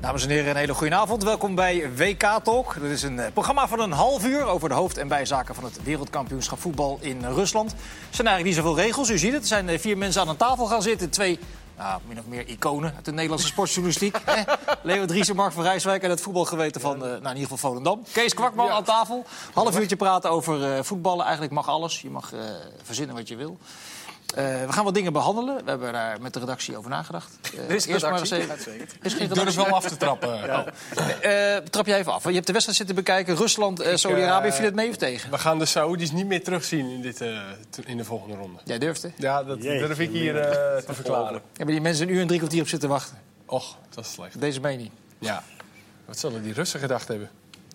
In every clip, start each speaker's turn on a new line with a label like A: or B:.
A: Dames en heren, een hele goede avond. Welkom bij WK Talk. Dit is een eh, programma van een half uur over de hoofd- en bijzaken van het wereldkampioenschap voetbal in eh, Rusland. Er zijn eigenlijk niet zoveel regels, u ziet het. Er zijn eh, vier mensen aan een tafel gaan zitten. Twee, nou, min of meer iconen uit de Nederlandse sportjournalistiek. hè? Leo Driessen, Mark van Rijswijk en het voetbalgeweten van, eh, nou, in ieder geval Volendam. Kees Kwakman aan tafel. Half uurtje praten over eh, voetballen. Eigenlijk mag alles. Je mag eh, verzinnen wat je wil. Eh, we gaan wat dingen behandelen. We hebben daar met de redactie over nagedacht. Eh,
B: Er is een redactie.
A: eens even- Is geen
B: Ik durf wel af te trappen.
A: eh, trap jij even af. want Je hebt de wedstrijd zitten bekijken. Rusland, eh Saudi-Arabië.
C: eh,
A: Viel het mee of tegen?
C: We gaan de Saoedi's niet meer terugzien in, dit, eh, to- in de volgende ronde.
A: Jij durfde.
C: Ja, dat
D: Jeetje,
C: durf ik hier eh, te verklaren.
A: Hebben die mensen een uur en drie kwartier op zitten wachten?
C: Och, dat is slecht.
A: Deze mening.
C: Ja. Wat zullen die Russen gedacht hebben?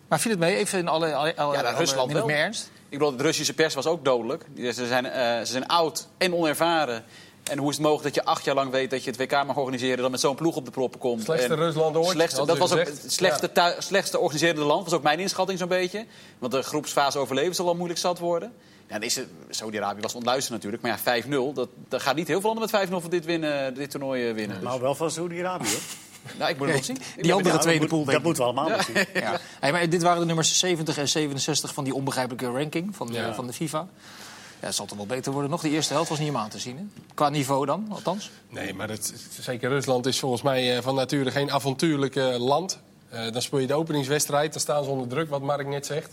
A: Maar viel het mee? Even in alle... alle, alle
B: Ja, naar
A: alle-
B: Rusland
A: min of
B: wel.
A: meer ernst?
B: Ik bedoel, de Russische pers was ook dodelijk. Die- Ze zijn, eh, ze zijn oud en onervaren. En hoe is het mogelijk dat je acht jaar lang weet dat je het WK mag organiseren... dan met zo'n ploeg op de proppen komt?
C: Slechtste
B: En
C: Rusland ooit,
B: Slechtste,
C: hadden
B: dat
C: ze
B: was ook
C: gezegd.
B: het slechtste, thui- slechtste organiserende land. Dat was ook mijn inschatting zo'n beetje. Want de groepsfase overleven zal al moeilijk zat worden. Ja, dan is het- Saudi-Arabië was ontluisterd natuurlijk. Maar ja, 5-0, dat, dat gaat niet heel veel anderen met 5-0 van dit, winnen, dit toernooi eh, winnen. Dus,
D: Nou, wel van Saudi-Arabië. hoor.
B: nou, ik moet het nog zien.
A: Die andere
D: Ja, dat
A: tweede
D: moet-
A: pool, denk
D: Dat
A: ik.
D: moeten we allemaal misschien.
A: Ja. Hey, maar dit waren de nummers 70 en 67 van die onbegrijpelijke ranking van de,
C: Ja.
A: van de FIFA. Ja, het zal toch wel beter worden nog. De eerste helft was niet om aan te zien. Hè? Qua niveau dan, althans.
C: Nee, maar het, zeker Rusland is volgens mij eh, van nature geen avontuurlijk eh, land. Eh, dan speel je de openingswedstrijd, dan staan ze onder druk, wat Mark net zegt.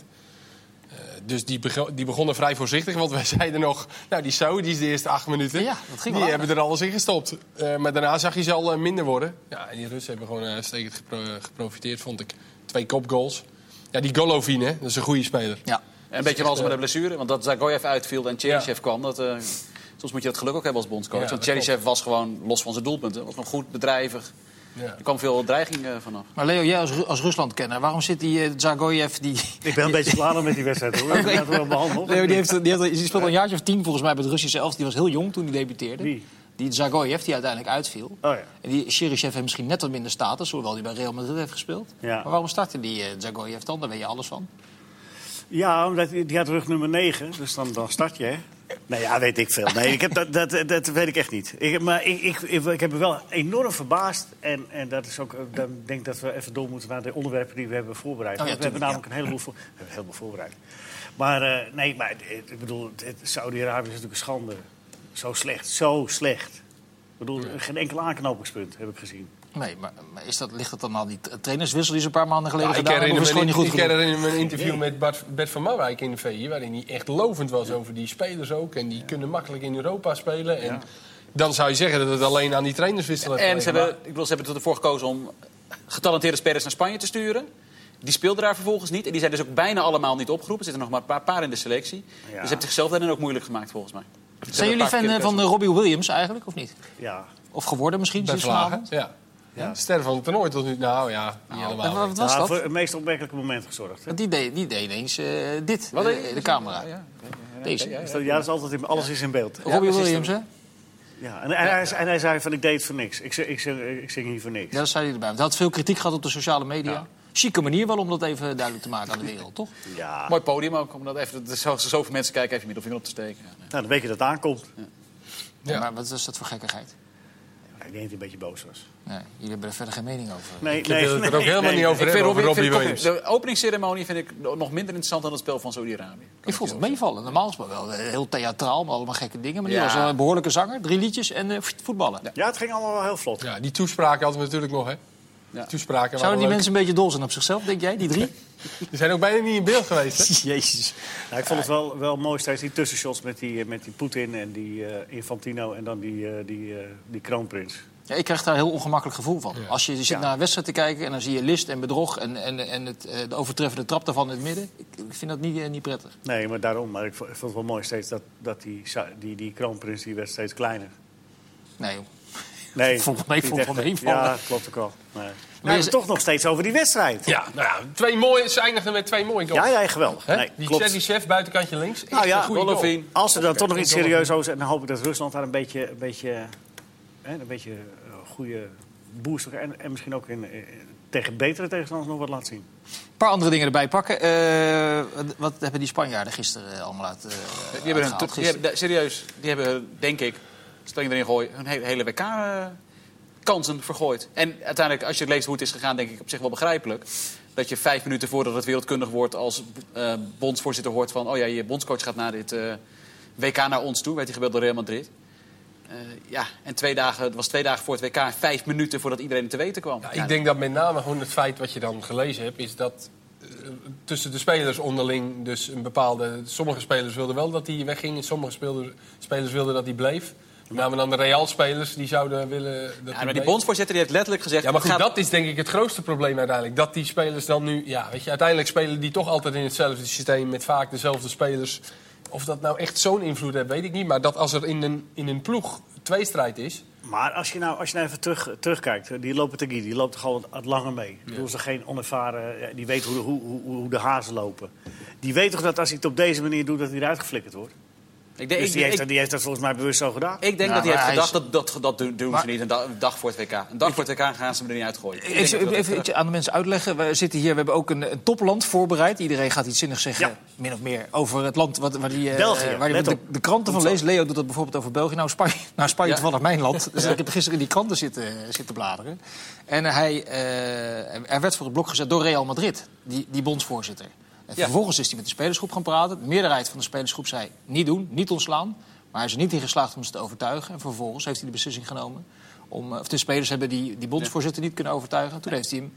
C: Eh, dus die, bego- die begonnen vrij voorzichtig, want wij zeiden nog... Nou, die Saoedi's de eerste acht minuten,
A: Ja, dat ging wel
C: die
A: aardig.
C: hebben er alles in gestopt. Eh, maar daarna zag je ze al eh, minder worden. Ja, en die Russen hebben gewoon eh, uitstekend gepro- geprofiteerd, vond ik. Twee kopgoals. Ja, die Golovin, hè, dat is een goede speler.
A: Ja.
B: En een beetje
A: eh,
B: ranzig met de blessure, want dat Zagoyev uitviel en Cheryshev kwam. Dat, eh, soms moet je dat geluk ook hebben als bondscoach.
C: Ja,
B: want
C: dat
B: Cheryshev was gewoon los van zijn doelpunten. Was nog goed, bedrijvig.
C: Ja.
B: Er kwam veel dreiging eh, vanaf.
A: Maar Leo, jij als, Ru- als Rusland-kenner, waarom zit die eh Zagoyev... Die,
D: Ik ben een beetje klaar om met die wedstrijd. hoor. Ik heb het wel behandeld.
A: Nee, maar die, heeft, die, heeft, die speelde al een jaartje of tien volgens mij bij het Russische elftal. Die was heel jong toen hij debuteerde.
D: Wie? Oh,
A: Die Zagoyev, die uiteindelijk uitviel.
D: ja.
A: En die Cheryshev heeft misschien net wat minder status, hoewel hij bij Real Madrid heeft gespeeld.
D: Ja.
A: Maar waarom startte die eh Zagoyev dan? Daar weet je alles van.
D: Ja, omdat die die had rug nummer 9, dus dan, dan start je, hè? Nee, Nou ja, weet ik veel. Nee, ik heb dat, dat, dat weet ik echt niet. Ik, heb- maar ik, ik, ik, ik heb me wel enorm verbaasd. En, en dat is ook, eh, dan denk ik dat we even door moeten naar de onderwerpen die we hebben voorbereid.
A: Oh ja,
D: Want we hebben
A: tuurlijk,
D: namelijk een heleboel, voor, we hebben een heleboel voorbereid. Maar eh, nee, maar het- het- ik bedoel, het- het- Saudi-Arabië is natuurlijk een schande. Zo slecht, zo slecht. Ik bedoel, geen enkel aanknopingspunt heb ik gezien.
A: Nee, maar, maar is dat, ligt dat dan aan die tra- trainerswissel die ze een paar maanden geleden
C: Ja, ik
A: gedaan hebben? Of
C: herinner
A: is
C: me
A: het
C: een,
A: gewoon niet
C: ik
A: goed genoeg?
C: herinner me een interview met Bart, Bert van Marwijk in de VI... waarin hij echt lovend was over die spelers ook. En die kunnen makkelijk in Europa spelen. En dan zou je zeggen dat het alleen aan die trainerswissel heeft
B: En ze
C: gelegen.
B: hebben, ik bedoel, ze hebben ervoor gekozen om getalenteerde spelers naar Spanje te sturen. Die speelden daar vervolgens niet. En die zijn dus ook bijna allemaal niet opgeroepen. Er zitten nog maar een paar, paar in de selectie. Dus ze hebben zichzelf daarin ook moeilijk gemaakt, volgens mij. Ze hebben
A: Zijn jullie
B: een paar
A: fan eh,
B: verkeerde
A: van eh,
B: keuzes
A: Robbie Williams eigenlijk, of niet?
D: Ja,
A: Of geworden misschien,
C: Bij
A: sinds
C: Vlagen,
A: vanavond?
C: ja. Ja. Ster van het toernooi tot nu Nou ja, niet
A: En
C: helemaal.
A: wat was
D: Ja,
A: dat?
D: voor het meest opmerkelijke moment gezorgd. Hè?
A: Want die deed, die deed ineens eh, dit,
B: Wat
A: eh,
B: deed hij?
A: de camera. Deze.
D: Dus dat- Ja, dat is altijd in- alles is in beeld.
A: Robbie
B: precies.
A: Williams, hè?
D: Ja, en, en hij, en hij zei van ik deed het voor niks. Ik, zing- ik, zing, ik zing hier voor niks.
A: Ja, dat zei hij erbij. Want hij had veel kritiek gehad op de sociale media. Chique manier wel om dat even duidelijk te maken aan de wereld, toch?
D: Ja,
B: Mooi podium ook, omdat even, er zo- zoveel mensen kijken, even je middelvinger op te steken. Ja, nee.
D: nou, dan weet je dat het aankomt.
C: Ja.
A: Maar wat is dat voor gekkigheid?
D: Ja, ik denk dat hij een beetje boos was.
A: Nee, jullie hebben er verder geen mening over.
D: Nee,
C: Ik wil het er ook helemaal niet over
B: Ik vind
C: hebben, over
B: Robbie,
C: Robbie
B: vind ik
C: Williams.
B: toch- de openingsceremonie vind ik nog minder interessant dan het spel van Saudi-Arabië.
A: Ik vond het meevallen. Normaal is het wel eh, heel theatraal, maar allemaal gekke dingen. Maar die
B: Ja.
A: was wel een behoorlijke zanger. Drie liedjes en eh, voetballen.
D: Ja, het ging allemaal wel heel vlot.
C: Ja, die toespraken hadden we natuurlijk nog, hè.
B: Ja.
A: Zouden
C: Toespraken
A: die
C: waren leuk.
A: mensen een beetje dol zijn op zichzelf, denk jij? Die drie?
C: Die zijn ook bijna niet in beeld geweest, hè.
A: Jezus.
D: Nou, ik vond het wel, wel mooi steeds die tussenshots met die, eh, met die Poetin en die eh, Infantino en dan die, eh, die, eh, die kroonprins.
A: Ja, ik krijg daar een heel ongemakkelijk gevoel van. Als je zit naar een wedstrijd te kijken en dan zie je list en bedrog... en, en, en het, eh, de overtreffende trap daarvan in het midden. Ik, ik vind dat niet, eh, niet prettig.
D: Nee, maar daarom. Maar ik vond, ik vond het wel mooi steeds dat, dat die, Sa- die, die kroonprins die werd steeds kleiner.
A: Nee, joh.
D: Nee,
A: Vond- nee,
D: niet
A: vond
D: echt,
A: wel
D: hè?
A: meevallen.
D: Ja, klopt ook wel. Nee.
A: Maar
D: Maar
A: is-
D: het toch nog steeds over die wedstrijd.
C: Ja, nou ja, twee mooie, ze eindigden met twee mooie
D: Ja,
C: goals.
D: ja, geweldig.
C: Hè?
D: Nee,
C: die
D: klopt.
C: Chevy Chef, buitenkantje links. Echt
D: Nou ja,
C: een goede goal.
B: Golovin.
D: Als ze dan toch nog
C: ik
D: iets
C: wil-
D: serieus over zijn, dan hoop ik dat Rusland daar een beetje, een beetje, hè, een beetje eh, goede boost en, en misschien ook in, eh, tegen betere tegenstanders nog wat laat zien.
A: Een paar andere dingen erbij pakken. Eh, wat- wat hebben die Spanjaarden gisteren eh, allemaal uit? eh,
B: Die hebben, hun,
A: uitgehaald?
B: die hebben- serieus, die hebben, denk ik, stel je erin gooien, hun he- hele WK eh, kansen vergooid. En uiteindelijk, als je leest hoe het is gegaan, denk ik op zich wel begrijpelijk. Dat je vijf minuten voordat het wereldkundig wordt als eh, bondsvoorzitter hoort van... oh ja, je bondscoach gaat na dit eh, WK naar ons toe. Werd hij gebeld door Real Madrid. Eh, ja, en twee dagen, het was twee dagen voor het WK. Vijf minuten voordat iedereen het te weten kwam.
C: Ja,
B: Ja,
C: ik denk dat met name gewoon het feit wat je dan gelezen hebt, is dat eh, tussen de spelers onderling dus een bepaalde. Sommige spelers wilden wel dat hij wegging, en sommige spelers, spelers wilden dat hij bleef. Met name dan de Real-spelers die zouden willen. Dat
B: Ja,
C: hij
B: maar die
C: bleef.
B: bondsvoorzitter die heeft letterlijk gezegd...
C: Ja, maar
B: het
C: goed,
B: gaat-
C: dat is denk ik het grootste probleem uiteindelijk. Dat die spelers dan nu, ja, weet je, uiteindelijk spelen die toch altijd in hetzelfde systeem met vaak dezelfde spelers. Of dat nou echt zo'n invloed heeft, weet ik niet. Maar dat als er in een, in een ploeg tweestrijd is.
D: Maar als je nou, als je nou even terug, terugkijkt, eh, die Lopetegui, die loopt gewoon wat, wat langer mee. Ik bedoel, ze geen onervaren, ja, die weet hoe de, hoe, hoe, hoe de hazen lopen. Die weet toch dat als hij het op deze manier doet, dat hij eruit geflikkerd wordt?
B: Ik
C: e-
B: denk,
D: dus
B: ik-
D: die, heeft,
B: ik-
D: dat- die heeft dat volgens mij bewust zo gedaan.
B: Ik denk
E: Ja,
B: dat hij heeft
E: maar hij
B: gedacht, dat, dat, dat doen doen
E: Maar-
B: ze niet een dag, een dag voor het WK. Een dag voor het WK gaan ze hem er niet uitgooien. Ik denk
A: Even,
B: dat dat-
A: even iets aan de mensen uitleggen. We zitten hier, we hebben ook een, een topland voorbereid. Iedereen gaat iets zinnigs zeggen,
D: Ja.
A: min of meer, over het land wat, waar die, eh,
D: België,
A: waar die
D: let
A: de,
D: op.
A: de kranten van leest. Leo doet dat bijvoorbeeld over België. Nou, Spanje, nou, Spanje
B: Ja.
A: toevallig mijn land. Dus ik heb gisteren in die kranten zitten, eh, zitten bladeren. En hij, eh, hij werd voor het blok gezet door Real Madrid, die, die bondsvoorzitter. En
B: Ja.
A: vervolgens is hij met de spelersgroep gaan praten. De meerderheid van de spelersgroep zei niet doen, niet ontslaan. Maar hij is er niet in geslaagd om ze te overtuigen. En vervolgens heeft hij de beslissing genomen. Om, eh, of de spelers hebben die, die bondsvoorzitter niet kunnen overtuigen. Toen heeft hij hem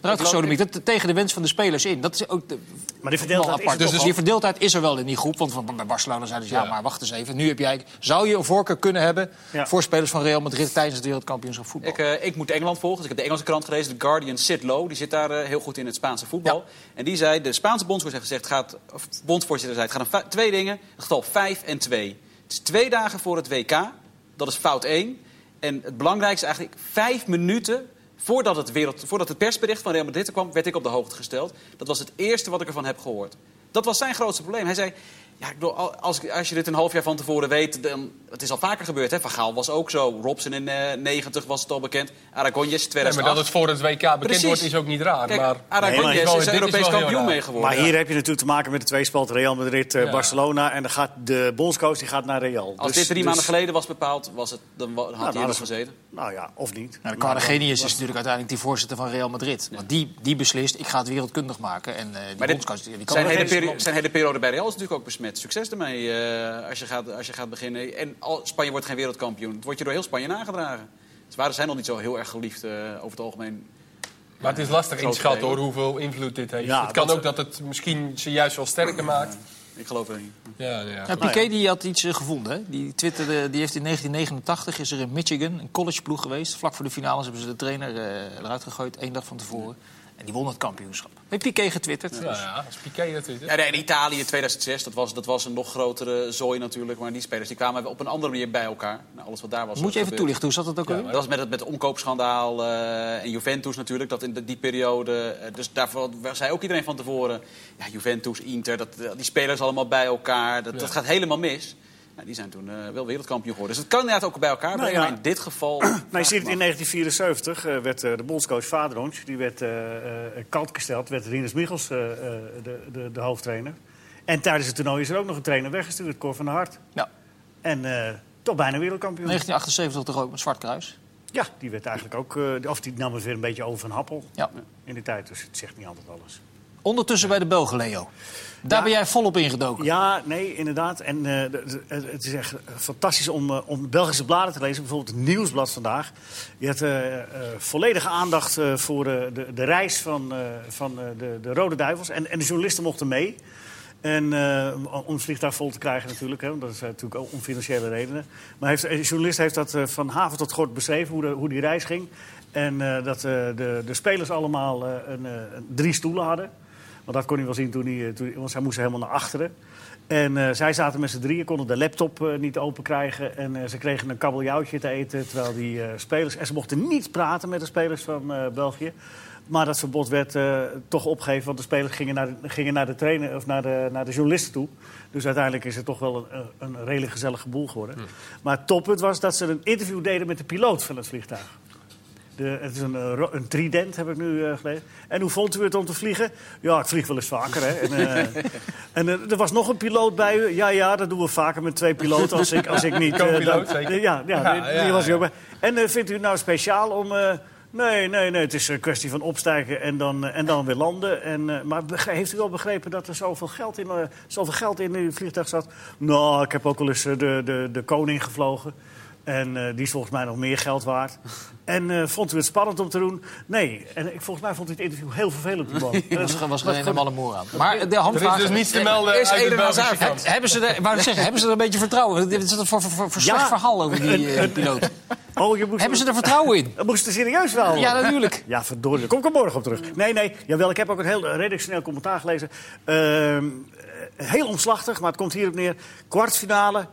A: eruit gesodemiet. Dat tegen de wens van de spelers in. Dat is ook de,
D: Maar die verdeeldheid
A: wel
D: is er
A: apart.
D: toch
A: Dus
D: wel?
A: die verdeeldheid is er wel in die groep. Want van- bij Barcelona zeiden ze, ja, maar wacht eens even. Nu heb jij, zou je een voorkeur kunnen hebben
D: Ja.
A: voor spelers van Real Madrid... tijdens het wereldkampioenschap voetbal?
B: Ik, eh, ik moet Engeland volgen, dus ik heb de Engelse krant gelezen. The Guardian, Sid Lowe, die zit daar eh, heel goed in het Spaanse voetbal. En die zei, de Spaanse bondsvoorzitter heeft gezegd, gaat, of bondsvoorzitter zei, het gaat om fi- twee dingen. Het getal 5 en 2. Het is twee dagen voor het WK, dat is fout 1. En het belangrijkste eigenlijk, vijf minuten voordat het, wereld, voordat het persbericht van Real Madrid er kwam, werd ik op de hoogte gesteld. Dat was het eerste wat ik ervan heb gehoord. Dat was zijn grootste probleem. Hij zei, ja, ik bedoel, al- als, ik- als je dit een half jaar van tevoren weet, dan, het is al vaker gebeurd. Hè? Van Gaal was ook zo. Robson in eh 90 was het al bekend. Aragonjes
C: Nee,
B: 2008.
C: maar dat het voor het WK bekend
B: Precies.
C: wordt, is ook niet raar.
B: Kijk,
C: maar
B: Aragonjes
D: Nee, maar-
C: Dit
B: is
C: is wel
B: Europees
C: heel
B: kampioen
C: raar.
B: mee geworden.
D: Maar hier heb je natuurlijk te maken met de tweespalt Real Madrid, eh,
C: Ja.
D: Barcelona. En dan gaat de bondscoach die gaat naar Real.
B: Als
D: Dus-
B: dit drie
D: dus-
B: maanden geleden was bepaald, was het, dan wa- had
D: Nou,
B: hij
D: dan
B: er nog
D: hadden ze-
B: gezeten.
D: Nou ja, of niet.
A: Nou, de Carragenius is natuurlijk uiteindelijk die voorzitter van Real Madrid. Want die, die beslist, ik ga het wereldkundig maken. En eh die
B: Maar dit-
A: bondscoach, die kan
B: zijn,
A: wel
B: hele
A: eens-
B: peri- zijn hele periode bij Real is natuurlijk ook besmet. Succes ermee eh, als, je gaat, als je gaat beginnen. En al, Spanje wordt geen wereldkampioen. Het wordt je door heel Spanje nagedragen. Ze waren zijn nog niet zo heel erg geliefd eh, over het algemeen.
C: Maar het is lastig
B: Groot
C: inschatten hoor,
B: verdediger.
C: hoeveel invloed dit heeft.
D: Ja,
C: het kan
D: dat-
C: ook dat het misschien ze juist wel sterker maakt.
B: Ik geloof er niet.
C: Ja, ja.
A: Ja, Piqué die had iets eh, gevonden. Hè? Die twitterde, die heeft in 1989 is er in Michigan een collegeploeg geweest. Vlak voor de finales hebben ze de trainer eh, eruit gegooid, één dag van tevoren. En die won het kampioenschap. Heeft Piqué getwitterd.
C: Nou ja, als Piqué dat weet. hè.
B: Ja, nee, in Italië in 2006, dat was, dat was een nog grotere zooi natuurlijk. Maar die spelers die kwamen op een andere manier bij elkaar. Nou, alles wat daar was.
A: Moet je even
B: gebeurd.
A: toelichten, hoe zat dat ook alweer?
B: Dat was met het, met het omkoopschandaal eh, en Juventus natuurlijk, dat in de- die periode. eh, dus daarvoor zei ook iedereen van tevoren... Ja, Juventus, Inter, dat, eh, die spelers allemaal bij elkaar. Dat, dat gaat helemaal mis. Nou, die zijn toen eh, wel wereldkampioen geworden. Dus het kan inderdaad ook bij elkaar
D: Nou
B: brengen.
D: ja.
B: Maar in dit geval...
D: Nou, je ziet het in 1974 eh, werd eh, de bondscoach Vaderons, die werd eh, eh, kant gesteld, werd Rinus Michels eh, eh, de, de, de hoofdtrainer. En tijdens het toernooi is er ook nog een trainer weggestuurd, Cor van der Hart.
A: Ja.
D: En eh, toch bijna wereldkampioen.
A: 1978 toch ook met Zwart Kruis.
D: Ja, die werd eigenlijk ook, eh, of die nam het weer een beetje over van Happel
A: Ja.
D: in die tijd. Dus het zegt niet altijd alles.
A: Ondertussen bij de Belgen, Leo. Daar ben jij volop ingedoken.
D: Ja, nee, inderdaad. En eh, de- de- het het is echt fantastisch om, eh, om Belgische bladen te lezen. Bijvoorbeeld het Nieuwsblad vandaag. Die had eh, eh, volledige aandacht eh, voor eh, de, de reis van, eh, van eh, de, de Rode Duivels. En, en de journalisten mochten mee. En eh, om- om het vliegtuig vol te krijgen natuurlijk, hè, want dat is eh, natuurlijk ook om financiële redenen. Maar heeft, een journalist heeft dat eh, van haven tot gort beschreven, hoe, de, hoe die reis ging. En eh, dat eh, de, de spelers allemaal eh, een, eh, een- drie stoelen hadden. Want dat kon hij wel zien toen hij... eh, Toen, want zij moesten helemaal naar achteren. En eh, zij zaten met z'n drieën, konden de laptop eh, niet open krijgen. En eh, ze kregen een kabeljauwtje te eten. Terwijl die eh, spelers... En ze mochten niet praten met de spelers van eh, België. Maar dat verbod werd eh, toch opgegeven. Want de spelers gingen naar de, gingen naar de, trainer, of naar de, naar de journalisten toe. Dus uiteindelijk is het toch wel een, eh, een redelijk
C: Hmm.
D: gezellige boel geworden. Maar het toppunt was dat ze een interview deden met de piloot van het vliegtuig. De, het is een, eh, ro- een trident, heb ik nu eh, gelezen. En hoe vond u het om te vliegen? Ja, ik vlieg wel eens vaker. Hè. En, eh, en eh, er was nog een piloot bij u. Ja, ja, dat doen we vaker met twee piloten als ik, als ik niet... eh,
C: Co-piloot,
D: dan-
C: zeker.
D: Ja, ja,
C: Ja,
D: die- die,
C: ja,
D: was
C: ja.
D: hier ook bij. En eh, vindt u het nou speciaal om... eh, nee, nee, nee, het is een kwestie van opstijgen en dan, eh, en dan weer landen. En, eh, maar beg- heeft u wel begrepen dat er zoveel geld in, eh, zoveel geld in uw vliegtuig zat? Nou, ik heb ook wel eens eh, de, de, de koning gevlogen. En eh, die is volgens mij nog meer geld waard. En eh, vond u het spannend om te doen? Nee. En ik, volgens mij vond u het interview heel vervelend, die man. Eh,
A: Er was, er was geen helemaal een moer aan. Maar de
C: Er is
A: handvraag...
C: dus niets te melden
B: Is
C: uit het
B: Eden
C: Belgische
B: Hazard-
C: front.
A: Hebben ze, er, wou ik zeggen, hebben ze er een beetje vertrouwen in? Dit is een voor, voor, voor, voor
D: Ja.
A: slecht verhaal over die eh, piloot.
D: Oh, je moest
A: Hebben ze er vertrouwen in?
D: Dat moest er serieus wel.
A: Ja, natuurlijk.
D: Ja, verdorie. Daar kom ik er morgen op terug. Nee, nee. Jawel, ik heb ook een heel redactioneel commentaar gelezen. Ehm, eh, heel omslachtig, maar het komt hierop neer. Kwartfinale,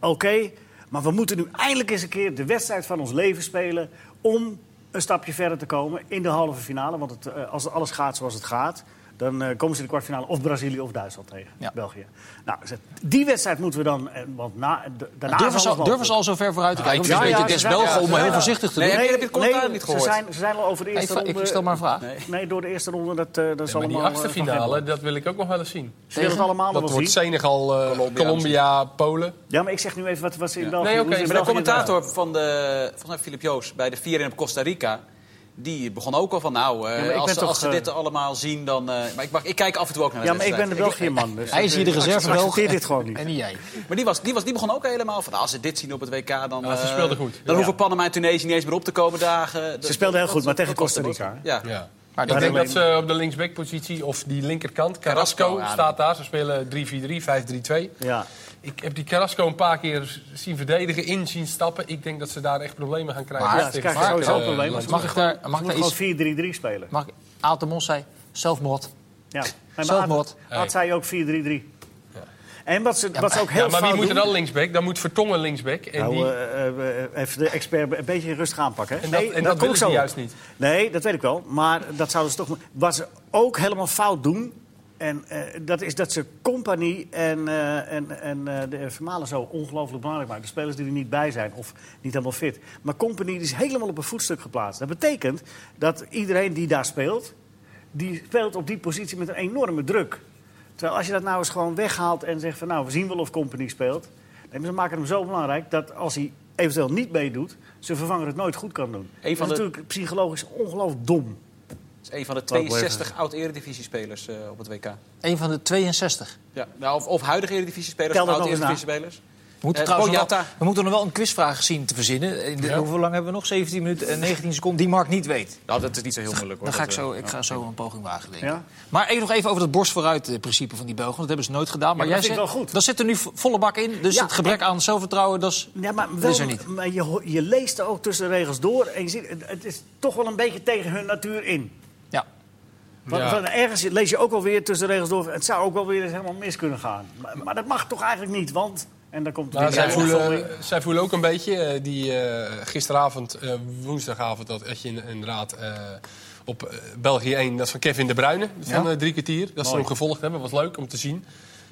D: oké. maar we moeten nu eindelijk eens een keer de wedstrijd van ons leven spelen... om een stapje verder te komen in de halve finale. Want het, eh, als alles gaat zoals het gaat... Dan eh, komen ze in de kwartfinale of Brazilië of Duitsland tegen.
A: Ja.
D: België. Nou, ze- die wedstrijd moeten we dan. eh, Want na, d- daarna is
A: Durven
D: alles
A: ze, al-
D: mogelijk.
A: durven ze al zo ver vooruit te kijken?
D: Ja,
A: Want het is
D: ja,
A: beter- het
D: ze
A: is
D: zijn-
A: wel
D: ja,
A: gewoon
D: ze
A: maar heel
D: zijn-
A: voorzichtig te
B: Nee,
A: doen.
B: heb je- heb je het commentaar niet gehoord?
D: Ze zijn, ze zijn al over de eerste
A: Even-
D: ronde.
A: eh, ik stel maar een vraag.
D: Nee, door de eerste ronde, dat, eh, dat is
C: Maar die
D: allemaal... eh,
C: achtste
D: van
C: finale,
D: Red Bull.
C: dat wil ik ook nog wel eens zien.
D: Ze willen het allemaal nog
C: Dat
D: wel
C: wordt
D: zien.
C: Senegal, eh,
B: Colombia
C: Colombia, Polen.
D: Ja, maar ik zeg nu even wat, wat ze in
B: Ja.
D: België...
C: Nee,
D: hoe
C: oké,
D: ze
C: maar
B: Maar de
D: België draaien.
B: commentator van de, volgens mij Filip Joos, bij de 4 op Costa Rica... die begon ook al van, nou, eh,
D: maar ik ben
B: als, ze-
D: toch,
B: als ze
D: eh,
B: dit allemaal zien, dan... eh, maar ik, mag, ik kijk af en toe ook naar de
D: Ja, maar ik ben de
B: wedstrijd.
D: België-man. Dus
A: Hij is hier de reserve
D: Ik
A: wel.
D: accepteer dit gewoon niet.
A: En niet jij.
B: Maar die, was, die, was, die begon ook helemaal van, nou, als ze dit zien op het WK, dan...
C: Ja, ze
B: eh,
C: speelden goed.
B: Dan
D: Ja.
B: hoeven Panama en Tunesië niet eens meer op te komen dagen. Dat-
D: Ze speelden heel goed, maar tegen
B: dat kost
D: Costa
B: hem
D: Rica.
B: ook.
D: hè?
B: Ja.
C: Ja.
A: Maar
C: ik denk dat
D: daarmee-
C: ze op de linksbackpositie of die linkerkant, Carrasco,
B: Carrasco, ja.
C: staat daar. Ze spelen 3-4-3, 5-3-2.
D: Ja.
C: Ik heb die Carrasco een paar keer zien verdedigen, in zien stappen. Ik denk dat ze daar echt problemen gaan krijgen.
A: Maar-
D: Ja, ze
C: tegen
D: krijgen sowieso
C: Vaak, eh,
D: problemen.
C: Land-
A: Mag ik daar, mag ik daar
D: Moet
A: iets...
D: gewoon 4-3-3 spelen.
A: Mag ik, Aad de Mos zei, zelfmoord.
D: Ja. Nee, maar
A: Zelfmoord.
D: Ad- Ad zei ook 4-3-3. En wat ze, wat ze ook heel
C: Ja, maar wie
D: fout
C: moet er
D: doen-
C: dan linksback? Dan moet Vertongen linksback. En
D: Nou,
C: die,
D: eh, eh, eh, even de expert een beetje rustig aanpakken.
C: En dat- en dat
D: komt
C: willen ze juist niet.
D: Nee, dat weet ik wel. Maar dat zouden ze toch... Wat ze ook helemaal fout doen... En eh, dat is dat ze Compagnie en, eh, en, en eh, de Vermalen zo ongelooflijk belangrijk maken. De spelers die er niet bij zijn of niet helemaal fit. Maar Compagnie is helemaal op een voetstuk geplaatst. Dat betekent dat iedereen die daar speelt... die speelt op die positie met een enorme druk. Terwijl als je dat nou eens gewoon weghaalt en zegt van... nou, we zien wel of Company speelt... Nee, maar ze maken hem zo belangrijk dat als hij eventueel niet meedoet... zijn vervanger het nooit goed kan doen.
B: Eén
D: dat
B: van
D: is
B: de-
D: natuurlijk psychologisch ongelooflijk dom.
B: Dat is een van de
D: Laat ik wel even-
B: 62 oud-eredivisie-spelers eh, op het WK.
A: Een van de 62.
B: Ja. Nou, of, of huidige eredivisie-spelers,
D: Tel
B: of
D: dat nog eens na.
B: oud-eredivisie-spelers.
A: We moeten,
B: Eh,
A: trouwens nog wel,
B: Boyata.
A: we moeten nog wel een quizvraag zien te verzinnen. In de- Hoeveel lang hebben we nog? 17 minuten en 19 seconden. Die Mark niet weet.
B: Nou, dat is niet zo heel moeilijk, hoor.
A: Dan ga ik
B: Dat,
A: zo,
B: eh,
A: ik ga zo een poging wagen, denk ik.
D: Ja.
A: Maar even nog even over dat borst vooruit eh, principe van die Belgen. Dat hebben ze nooit gedaan. Maar,
D: Ja, maar
A: jij
D: dat
A: zegt,
D: vind ik wel goed.
A: dat zit er nu vo- volle bak in. Dus
D: Ja.
A: het gebrek aan zelfvertrouwen, dat is...
D: Ja, maar
A: Dat
D: wel,
A: is er niet.
D: maar je, ho- je leest er ook tussen de regels door... en je ziet, het- het is toch wel een beetje tegen hun natuur in.
A: Ja.
D: Want,
C: Ja.
D: want ergens lees je ook wel weer tussen de regels door... het zou ook wel weer eens helemaal mis kunnen gaan. Maar, maar dat mag toch eigenlijk niet, want... En dan komt het
C: Nou,
D: weer-
C: zij,
D: Ja,
C: voelen,
D: sorry.
C: zij voelen ook een beetje eh, die eh, gisteravond, eh, woensdagavond, dat je in- inderdaad eh, op eh, België 1, dat is van Kevin de Bruyne, van
A: Ja.
C: eh, drie kwartier. Dat ze
D: Mooi.
C: hem gevolgd hebben, was leuk om te zien.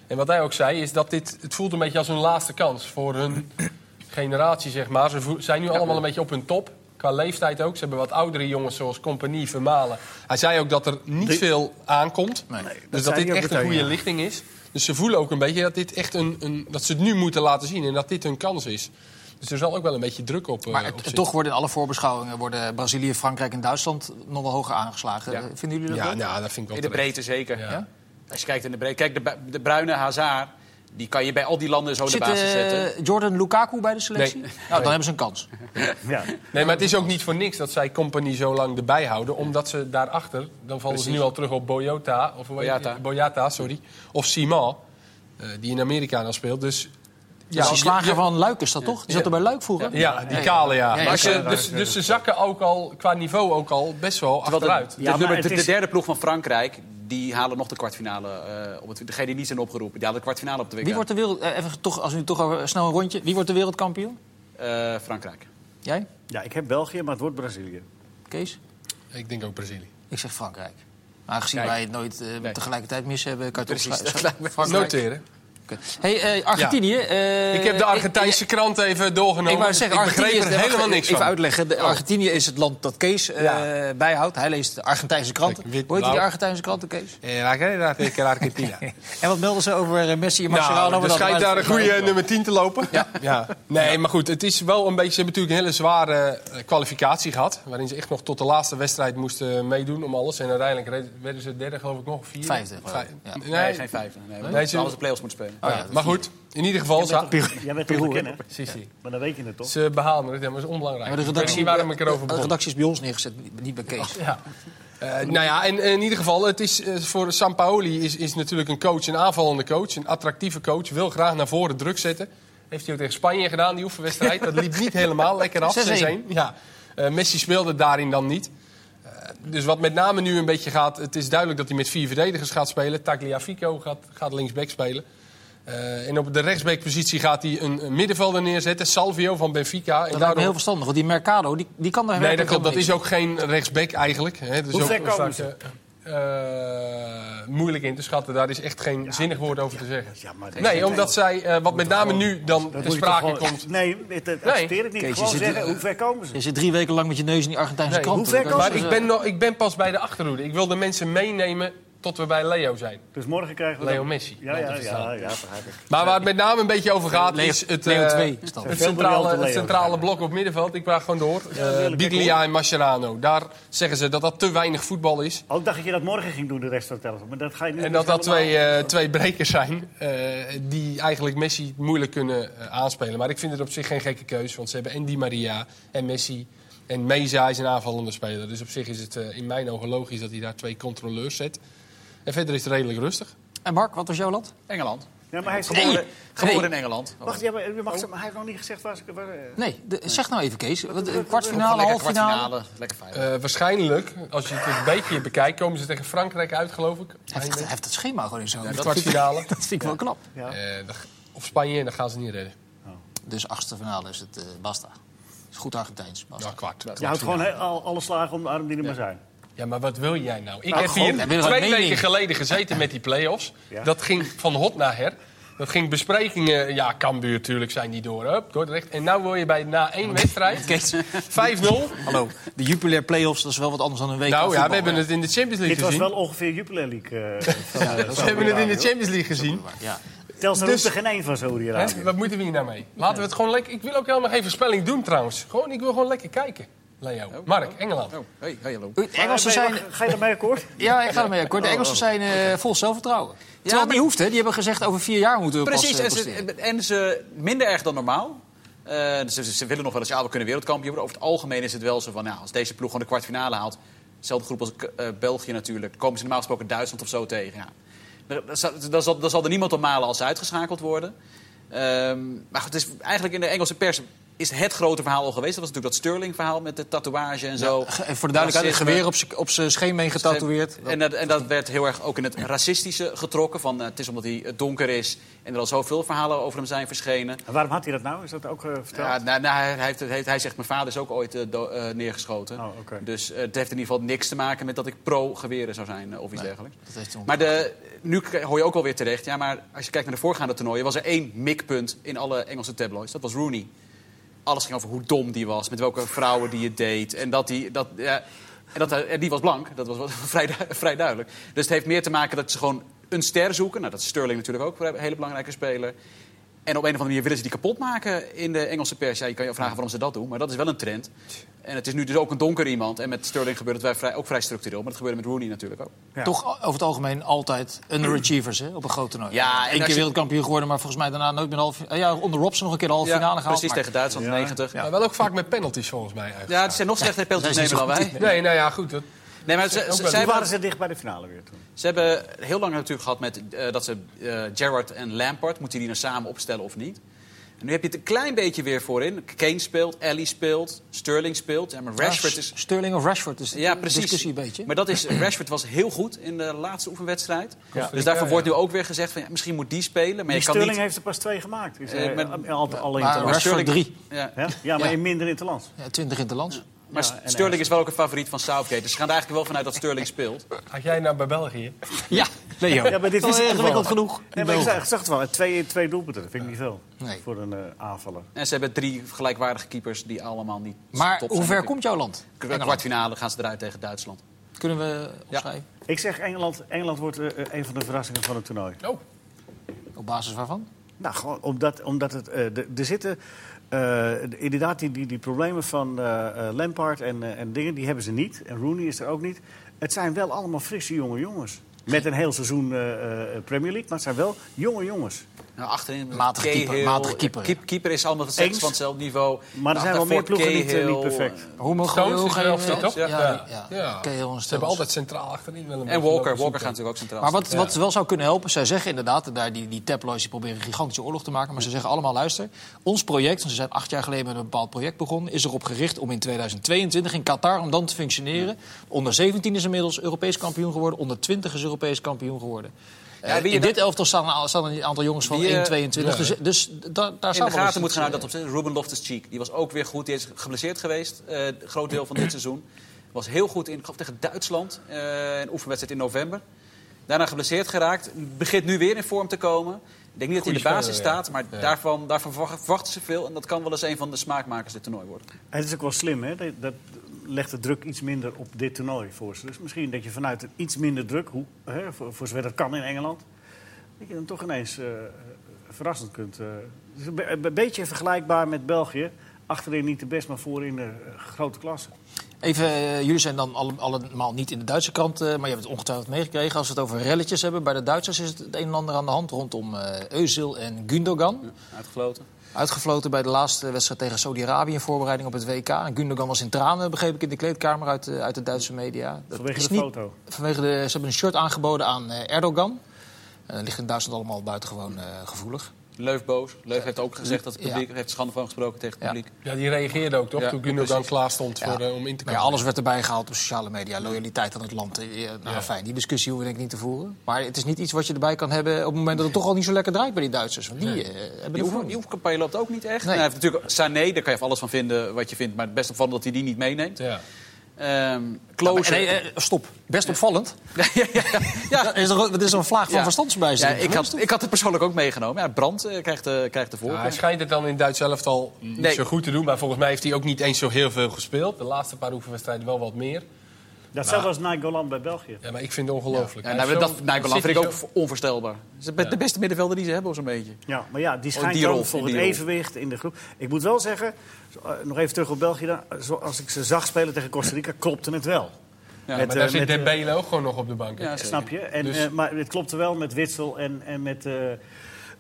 C: En wat hij ook zei, is dat dit, het voelt een beetje als hun laatste kans voor hun generatie, zeg maar. Ze voel- zijn nu allemaal een beetje op hun top. Qua leeftijd ook. Ze hebben wat oudere jongens zoals Compagnie, Vermalen. Hij zei ook dat er niet veel aankomt.
D: dat
C: dus dat
D: zei
C: dit
D: hij ook
C: echt een
D: meteen,
C: goede
D: ja.
C: lichting is. Dus ze voelen ook een beetje dat, dit echt een, een, dat ze het nu moeten laten zien en dat dit hun kans is. Dus er zal ook wel een beetje druk op, eh,
A: Maar
C: op
A: het,
C: zitten.
A: toch worden in alle voorbeschouwingen worden Brazilië, Frankrijk en Duitsland nog wel hoger aangeslagen.
B: Ja.
A: Eh, Vinden jullie dat
C: Ja,
A: wel?
C: nou, dat vind ik
B: In
C: wel
B: de
C: terecht.
B: breedte zeker.
C: Ja.
B: Als je kijkt in de breedte. Kijk, de, bu- de bruine Hazard, die kan je bij al die landen zo
A: Zit
B: de basis
A: eh,
B: zetten.
A: Jordan Lukaku bij de selectie?
C: Nee.
A: Nou, dan hebben ze een kans.
D: Ja.
C: Nee, maar het is ook niet voor niks dat zij Company zo lang erbij houden. Omdat ze daarachter, dan vallen ze nu al terug op Boyota, of hoe heet
B: Boyata.
C: het? Boyata, sorry. Of Simon, eh, die in Amerika dan speelt. Dus
A: Ja, die
C: je-
A: slager
C: je-
A: van Luik is dat toch? Die zat er bij Luik vroeger.
C: Ja, die kale, ja.
A: Ja,
C: Maar
A: ja,
C: als je-
A: ja.
C: dus, dus ze zakken ook al, qua niveau ook al, best wel
B: Terwijl
C: achteruit.
D: Ja,
B: de, de,
D: maar
B: nummer-
D: het
B: de-
D: is-
B: de derde ploeg van Frankrijk, die halen nog de kwartfinale. eh, op het, degene die niet zijn opgeroepen, die halen de kwartfinale op de WK.
A: Wie wordt de wereld... eh, even toch, als we nu toch over- snel een rondje. Wie wordt de wereldkampioen?
B: Eh, Frankrijk.
A: Jij?
D: ja, ik heb België, maar het wordt Brazilië.
A: Kees?
C: Ik denk ook Brazilië.
A: Ik zeg Frankrijk. Maar aangezien
B: Kijk.
A: wij het nooit eh,
B: Nee.
A: tegelijkertijd mis hebben, kan je toch
B: Precies,
A: schu-
B: dat
A: schu- Frankrijk.
C: Noteren.
A: Oké. Hey, eh, Argentinië. eh,
C: ik heb de Argentijnse krant even
A: Ik,
C: doorgenomen.
A: ik wou zeggen, Argentinië
C: begreep
A: is
C: er
A: de-
C: helemaal niks
A: Even
C: van. Oh.
A: uitleggen. De- Argentinië is het land dat Kees eh,
C: Ja.
A: bijhoudt. Hij leest de Argentijnse kranten.
C: Kijk, wit,
A: Hoe heet die
C: blauw.
A: Argentijnse kranten, Kees?
C: Eh, la guerra tegen Argentina.
F: En wat melden ze over eh, Messi en Mascherano?
C: Nou, er
F: Dan-
C: schijnt daar een goede nummer 10 te lopen.
A: Ja.
C: Nee, maar goed, het is wel een beetje. Ze hebben natuurlijk een hele zware eh, kwalificatie gehad. Waarin ze echt nog tot de laatste wedstrijd moesten meedoen om alles. En uiteindelijk red- werden ze derde, geloof ik, nog of vierde.
A: Vijfde, geloof ik.
C: Vij-
A: Ja. oh
C: Nee,
B: Nee, geen vijfde. Nee, want
C: Nee,
B: nee,
C: ze-
B: alles de play-offs moeten spelen.
C: Ja, maar goed, in ieder geval. Ze,
D: Jij bent toch een kenner?
C: Sisi.
D: Maar dan weet je het toch?
C: ze behaalden het, ja, maar dat is onbelangrijk.
A: Maar de
C: ik weet
A: redactie,
C: niet waarom ik erover
A: de
C: begon.
A: redactie is bij ons neergezet, niet bij Kees.
C: Ja. Eh, nou ja, en, en in ieder geval, het is, eh, voor Sampaoli is, is natuurlijk een coach, een aanvallende coach, een attractieve coach. Wil graag naar voren druk zetten. Heeft hij ook tegen Spanje gedaan, die oefenwedstrijd. Dat liep niet helemaal lekker af,
A: 6-1.
C: 6-1. Ja. Eh, Messi speelde daarin dan niet. Eh, dus wat met name nu een beetje gaat, het is duidelijk dat hij met vier verdedigers gaat spelen. Tagliafico gaat, gaat linksback spelen. Eh, en op de rechtsbackpositie gaat hij een, een middenvelder neerzetten, Salvio van Benfica. En
A: Dat lijkt me
C: daardoor-
A: heel verstandig, want die Mercado die, die kan daar
C: Nee, dat,
A: werkelijk
C: klopt. dat
A: helemaal
C: is ook geen rechtsback eigenlijk. Hè. Dus
D: Hoe
C: ook
D: ver
C: een
D: komen
C: sterke, eh, moeilijk in te schatten. Daar is echt geen zinnig woord over te zeggen.
D: Ja, maar
C: nee, omdat zij, eh, wat met name nu dan ter
D: Dat moet je toch
C: sprake
D: gewoon-
C: komt...
D: Nee, dit- dat accepteer ik niet.
A: Kees, je
D: Gewoon
A: zit-
D: zeggen, hoe ver komen ze?
A: niks. Je zit drie weken lang met je neus in die Argentijnse
C: Nee,
A: kranten.
D: hoe ver
A: Dat
D: kan
A: is,
C: Maar ik
A: eh,
C: ben, nog, ik ben pas bij de achterhoede. Ik wil de mensen meenemen tot we bij Leo zijn.
D: Dus morgen krijgen we...
C: Leo
D: dan-
C: Messi.
D: Ja, ja, ja, ja, ja, begrijp ik.
C: Maar waar het met name een beetje over gaat
A: Leo-
C: is het,
A: Leo
C: eh,
A: twee is dat.
C: het,
D: Veel
C: centrale,
D: briljante
C: het
D: Leo's.
C: centrale blok op middenveld. Ik praat gewoon door. Eh
D: tuurlijk, ik
C: Biglia
D: hoor.
C: en Mascherano. Daar zeggen ze dat dat te weinig voetbal is.
D: Ook dacht ik je dat morgen ging doen, de rest van de telefoon. Maar dat ga je nu
C: En
D: dus
C: dat dat
D: helemaal-
C: twee, eh, twee brekers zijn eh, die eigenlijk Messi moeilijk kunnen eh, aanspelen. Maar ik vind het op zich geen gekke keuze, want ze hebben en Di Maria en Messi. En Meza is een aanvallende speler. Dus op zich is het eh, in mijn ogen logisch dat hij daar twee controleurs zet. En verder is het redelijk rustig.
A: En Mark, wat was jouw land?
B: Engeland.
D: Ja, maar hij is...
B: Geboren,
A: Nee.
B: geboren in Engeland.
D: Wacht, ja, maar je mag, ze- maar hij heeft nog niet gezegd waar ze... Waar, eh,
A: Nee, de- zeg nou even Kees. Wat- eh,
B: Lekker
A: Kwartfinale, halffinale.
B: kwartfinale. Lekker veilig.
C: Eh, waarschijnlijk, als je het een beetje bekijkt, komen ze tegen Frankrijk uit, geloof ik.
A: Hij heeft, hij heeft het schema gewoon in zo'n
C: de
A: dat vind ik-
C: kwartfinale.
A: Dat vind ik wel knap.
D: ja.
C: Eh, dan g- of Spanje, en dan gaan ze niet redden.
A: Dus achtste finale is het eh, basta. Is goed Argentijns, basta.
C: Ja, Nou, kwart.
D: Je houdt gewoon he- al, alle slagen om de arm die er maar zijn.
C: Ja, maar wat wil jij nou? Ik
A: Nou,
C: heb
A: gewoon,
C: hier
A: daar wil ik
C: twee
A: een mening.
C: weken geleden gezeten met die play-offs.
D: Ja.
C: Dat ging van hot naar her. Dat ging besprekingen. Ja, Cambuur natuurlijk zijn die door. Hup, Dordrecht. En nou wil je bij na één wedstrijd 5-0.
F: Hallo, de Jupiler Playoffs, dat is wel wat anders dan een week.
C: Nou
F: van
C: ja,
F: voetbal,
C: we hebben het in de Champions League
D: Dit was
C: gezien.
D: wel ongeveer Jupiler League. eh, van, eh,
C: We
D: Saudi-Arabië.
C: hebben het in de Champions League gezien.
A: Ja.
D: Telstar
C: Dus-
D: hoeft er geen één van Saudi-Arabië.
C: Hè, Wat moeten we hier nou mee? Laten we het gewoon lekker. Ik wil ook helemaal geen voorspelling doen trouwens. Gewoon, ik wil gewoon lekker kijken. Leo, Mark, Engeland.
B: Oh, hey, hey, hallo.
A: De Engelsen
D: Maar, eh,
A: zijn...
D: maar, Ga je daarmee akkoord?
A: Ja, ik ga ermee akkoord. De Engelsen zijn eh, vol zelfvertrouwen. Terwijl het
B: maar-
A: niet hoeft, hè. Die hebben gezegd over vier jaar moeten we
B: Precies,
A: pas eh,
B: en ze,
A: presteren.
B: en ze minder erg dan normaal. Eh, ze, ze- ze willen nog wel eens, ja, we kunnen wereldkampioen worden. Over het algemeen is het wel zo van, nou, als deze ploeg gewoon de kwartfinale haalt... dezelfde groep als eh, België natuurlijk, komen ze normaal gesproken Duitsland of zo tegen. Ja. Daar- Daar zal, daar zal, daar zal er niemand op malen als ze uitgeschakeld worden. Ehm, maar goed, het is eigenlijk in de Engelse pers is het grote verhaal al geweest. Dat was natuurlijk dat Sterling-verhaal met de tatoeage en zo.
A: Ge- en Voor de duidelijkheid, een
B: Racisme.
A: geweer op z'n- op zijn scheen mee getatoeëerd.
B: En dat, en dat werd heel erg ook in het racistische getrokken. Van, eh, het is omdat hij eh, donker is en er al zoveel verhalen over hem zijn verschenen.
D: En waarom had hij dat nou? Is dat ook eh, verteld?
B: Ja, nou, nou, hij, heeft, heeft- hij zegt, mijn vader is ook ooit eh, do- eh, neergeschoten.
D: Oh, oké.
B: Dus eh, het heeft in ieder geval niks te maken met dat ik pro-geweren zou zijn eh, of iets dergelijks.
A: dat heeft hij
B: maar de, nu k- hoor je ook alweer terecht. Ja, maar als je kijkt naar de voorgaande toernooien... was er één mikpunt in alle Engelse tabloids. Dat was Rooney. Alles ging over hoe dom die was, met welke vrouwen die het deed. En, dat die, dat, ja, en, dat, hij- en die was blank, dat was wel vrij, du- vrij duidelijk. Dus het heeft meer te maken dat ze gewoon een ster zoeken. Nou, dat is Sterling natuurlijk ook, een hele belangrijke speler. En op een of andere manier willen ze die kapot maken in de Engelse pers. Ja, je kan je vragen waarom ze dat doen, maar dat is wel een trend. En het is nu dus ook een donker iemand. En met Sterling gebeurt het wij vrij, ook vrij structureel, maar dat gebeurde met Rooney natuurlijk ook.
D: Ja.
A: Toch o- over het algemeen altijd underachievers hè, op een groot toernooi.
B: Ja, en
A: Eén
B: als
A: keer
B: je-
A: wereldkampioen geworden, maar volgens mij daarna nooit meer half. eh, Ja, onder Robson nog een keer de halve
B: Ja,
A: finale gehaald.
B: precies,
A: maar-
B: tegen Duitsland in 90. Ja,
C: Maar wel ook vaak met penalties volgens mij. Eigenlijk.
B: ja die zijn nog slechter penalties
A: Zij
B: nemen
A: zijn
B: dan
A: zo
B: wij.
C: Nee, nou ja, goed. Dat,
B: Nee, maar ze,
C: Ook
B: ze-
C: wel.
B: zij
D: Toen
B: waren
D: waren ze dicht bij de finale weer toen.
B: Ze hebben heel lang natuurlijk gehad met eh, dat ze eh Gerrard en Lampard, moeten die nou samen opstellen of niet? En nu heb je het een klein beetje weer voorin. Kane speelt, Ellie speelt, Sterling speelt. Ja, maar
A: Ja,
B: Rashford is.
A: S- Sterling of Rashford is de
B: Ja, precies.
A: discussie een beetje.
B: Maar dat is, Rashford was heel goed in de laatste oefenwedstrijd.
C: Ja.
B: Dus daarvoor wordt nu ook weer gezegd: van, ja, misschien moet die spelen. Maar
D: Die
B: je kan
D: Sterling
B: niet.
D: heeft er pas twee gemaakt. Is,
B: Eh,
D: eh,
B: maar-
D: al- al- alle
A: maar
D: interlands.
A: Rashford
B: Sterling-
A: drie.
B: Ja.
D: Hè? Ja, maar
A: Ja.
D: in minder interlands.
A: Ja, 20 in het land.
B: Maar
D: Ja, en
B: Sterling is wel ook een favoriet van Southgate. Dus ze gaan er eigenlijk wel vanuit dat Sterling speelt.
C: had jij nou bij België?
A: Ja,
F: Nee, joh.
D: Ja, maar dit
F: Toch
D: is het
F: ingewikkeld
D: toevallig.
F: genoeg.
D: Nee, maar ik zag, ik zag het wel. Twee, twee doelpunten, dat vind ik niet veel.
A: Nee.
D: Voor een eh, aanvaller.
B: En ze hebben drie gelijkwaardige keepers die allemaal niet
A: Maar
B: top
A: hoe
B: zijn.
A: ver komt jouw land?
B: K- Kwartfinale gaan ze eruit tegen Duitsland.
A: Kunnen we opschrijven?
D: Ik zeg Engeland, Engeland wordt eh, eh, een van de verrassingen van het toernooi.
C: Oh,
A: Op basis waarvan?
D: Nou, gewoon omdat, omdat het, eh, de- er zitten eh, de- inderdaad die, die, die problemen van eh, eh, Lampard en, eh, en dingen, die hebben ze niet. En Rooney is er ook niet. Het zijn wel allemaal frisse jonge jongens. Met een heel seizoen eh, eh, Premier League, maar het zijn wel jonge jongens.
B: Nou, achterin met
A: Matige keeper,
B: Cahill.
A: matige keeper,
B: Keep- keeper is allemaal
D: Eens.
B: steeds van hetzelfde niveau.
D: Maar er
B: Nou,
D: zijn wel meer
B: daarvoor
D: ploegen die het, eh, niet
B: Cahill,
D: perfect.
A: Hoe
C: Stones is wel fit, toch?
A: Ja, ja. ja.
C: Ja.
A: Oké, heel een
C: ze
A: Stones.
C: hebben altijd centraal achterin dus wel een
B: eh, En
C: beetje
B: Walker.
C: lopen
B: Walker gaat
C: zoeken.
B: natuurlijk ook centraal.
A: Maar wat, wat wel zou kunnen helpen, zij zeggen inderdaad, en daar die, die tabloids die proberen een gigantische oorlog te maken, maar ze zeggen allemaal, luister, ons project, want ze zijn acht jaar geleden met een bepaald project begonnen, is erop gericht om in 2022 in Qatar, om dan te functioneren. Onder 17 is inmiddels Europees kampioen geworden, onder 20 is Europees kampioen geworden.
B: Ja,
A: Eh,
B: wie je
A: in
B: da-
A: dit elftal staan, een a- staan een aantal jongens van
B: Wie je-
A: 1, 22,
C: Ja,
A: dus, dus da- daar
B: in
A: zou
B: de
A: wel eens
B: gaten moet
A: iets,
B: gaan uit
A: eh,
B: dat opzicht. Ruben Loftus-Cheek, die was ook weer goed. Die is geblesseerd geweest, eh, een groot deel van dit seizoen. Was heel goed in, ik geloof tegen Duitsland, eh, een oefenwedstrijd in november. Daarna geblesseerd geraakt. Begint nu weer in vorm te komen. Ik denk niet dat hij in de
C: Goeie
B: basis
C: speler, ja.
B: staat, maar
C: Ja.
B: daarvan, daarvan verwacht- verwachten ze veel. En dat kan wel eens een van de smaakmakers dit toernooi worden.
D: En het is ook wel slim, hè? Dat, dat legt de druk iets minder op dit toernooi voor ze. Dus misschien dat je vanuit een iets minder druk, hoe, hè, voor, voor zover dat kan in Engeland, dat je dan toch ineens eh, verrassend kunt. eh. Het is een, be- een beetje vergelijkbaar met België. Achterin niet de best, maar voorin de eh, grote klasse.
A: Even, eh, jullie zijn dan alle- allemaal niet in de Duitse krant, eh, maar je hebt het ongetwijfeld meegekregen. Als we het over relletjes hebben, bij de Duitsers is het het een en ander aan de hand rondom eh Özil en Gundogan.
B: Uitgefloten.
A: Uitgefloten bij de laatste wedstrijd tegen Saudi-Arabië in voorbereiding op het WK. En Gundogan was in tranen, begreep ik, in de kleedkamer uit, de- uit de Duitse media. Dat
D: Vanwege
A: is
D: de
A: niet-
D: foto.
A: Vanwege de, ze hebben een shirt aangeboden aan eh, Erdogan. Eh, Dat ligt in Duitsland allemaal buitengewoon eh, gevoelig.
B: Leuf boos. Leuf heeft ook gezegd dat het
A: Ja.
B: publiek... heeft schande van gesproken tegen het
A: Ja.
B: publiek.
C: Ja, die reageerde ook toch?
B: Ja,
C: toen Gundogan
B: precies.
C: klaar stond voor,
A: Ja.
C: eh, om in
A: Maar
C: te komen.
A: ja, alles werd erbij gehaald op sociale media. Loyaliteit aan het land. eh, eh, Nou,
C: Ja.
A: fijn. Die discussie hoeven we denk ik niet te voeren. Maar het is niet iets wat je erbij kan hebben op het moment dat het toch al niet zo lekker draait bij die Duitsers. Want die eh, hebben
B: Die,
A: de
B: oefen,
A: vorm.
B: die oefencampagne loopt ook niet echt.
A: Nee.
B: En hij heeft natuurlijk Sané, daar kan je van alles van vinden wat je vindt. Maar het beste van dat hij die niet meeneemt.
C: Ja.
B: Ehm
A: Nou,
B: Klose-
A: maar- nee, eh, stop. Best opvallend.
B: ja, ja, ja.
A: Dat is, toch ook- dat is een vlaag van
B: Ja. Ja,
A: verstandsbijzijn.
B: ik, had, ik had het persoonlijk ook meegenomen. Ja, Brand eh, krijgt, de krijgt de
C: Ja,
B: voorkeur.
C: hij schijnt het dan in Duits zelf al niet
B: Nee.
C: zo goed te doen. Maar volgens mij heeft hij ook niet eens zo heel veel gespeeld. De laatste paar oefenwedstrijden wel wat meer.
B: Nou.
D: Dat zelfs was Nainggolan bij België.
C: Ja, maar ik vind het ongelooflijk.
B: Ja,
C: Hij
B: nou,
C: heeft
B: dat
C: zo'n-
B: Nijgolan
C: zit
B: vind ik
C: hij
B: ook onvoorstelbaar. Dat is de be- de beste middenvelder die ze hebben, zo'n beetje.
D: Ja, maar ja, die schijnt
B: Oh, die
D: dan
B: rol,
D: voor
B: die
D: het
B: rol.
D: evenwicht in de groep. Ik moet wel zeggen, zo- eh, nog even terug op België. dan, eh, zo- Als ik ze zag spelen tegen Costa Rica, klopte het wel.
B: Ja,
C: zo- Maar daar
D: eh,
C: zit
D: met, eh,
C: Dembele ook gewoon nog op de bank.
B: Ja, zeker.
D: Snap je? En,
C: Dus-
D: eh, maar het klopte wel met Witsel en, en met eh, eh,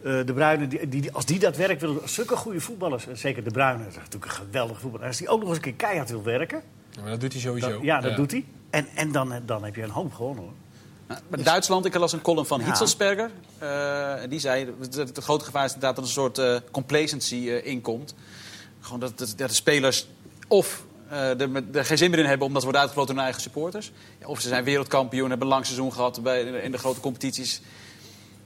D: De Bruyne. Die, die, die- als die dat werk wil, zulke goede voetballers. En zeker De Bruyne, dat is natuurlijk een geweldige voetballer. Als die ook nog eens een keer keihard wil werken,
C: Ja, maar dat doet hij sowieso.
D: dan- ja, dat doet hij. En, en dan, eh, dan heb je een hoop gewonnen hoor.
B: Nou, maar Duitsland, ik las een column van Hitzelsperger. Eh, en die zei, het, het grote gevaar is inderdaad dat er een soort eh, complacency eh, inkomt. Gewoon dat, dat, dat de spelers of eh, er, met- er geen zin meer in hebben omdat ze worden uitgefloten door hun eigen supporters. Ja, of ze zijn wereldkampioen, hebben een lang seizoen gehad bij, in, de, in de grote competities.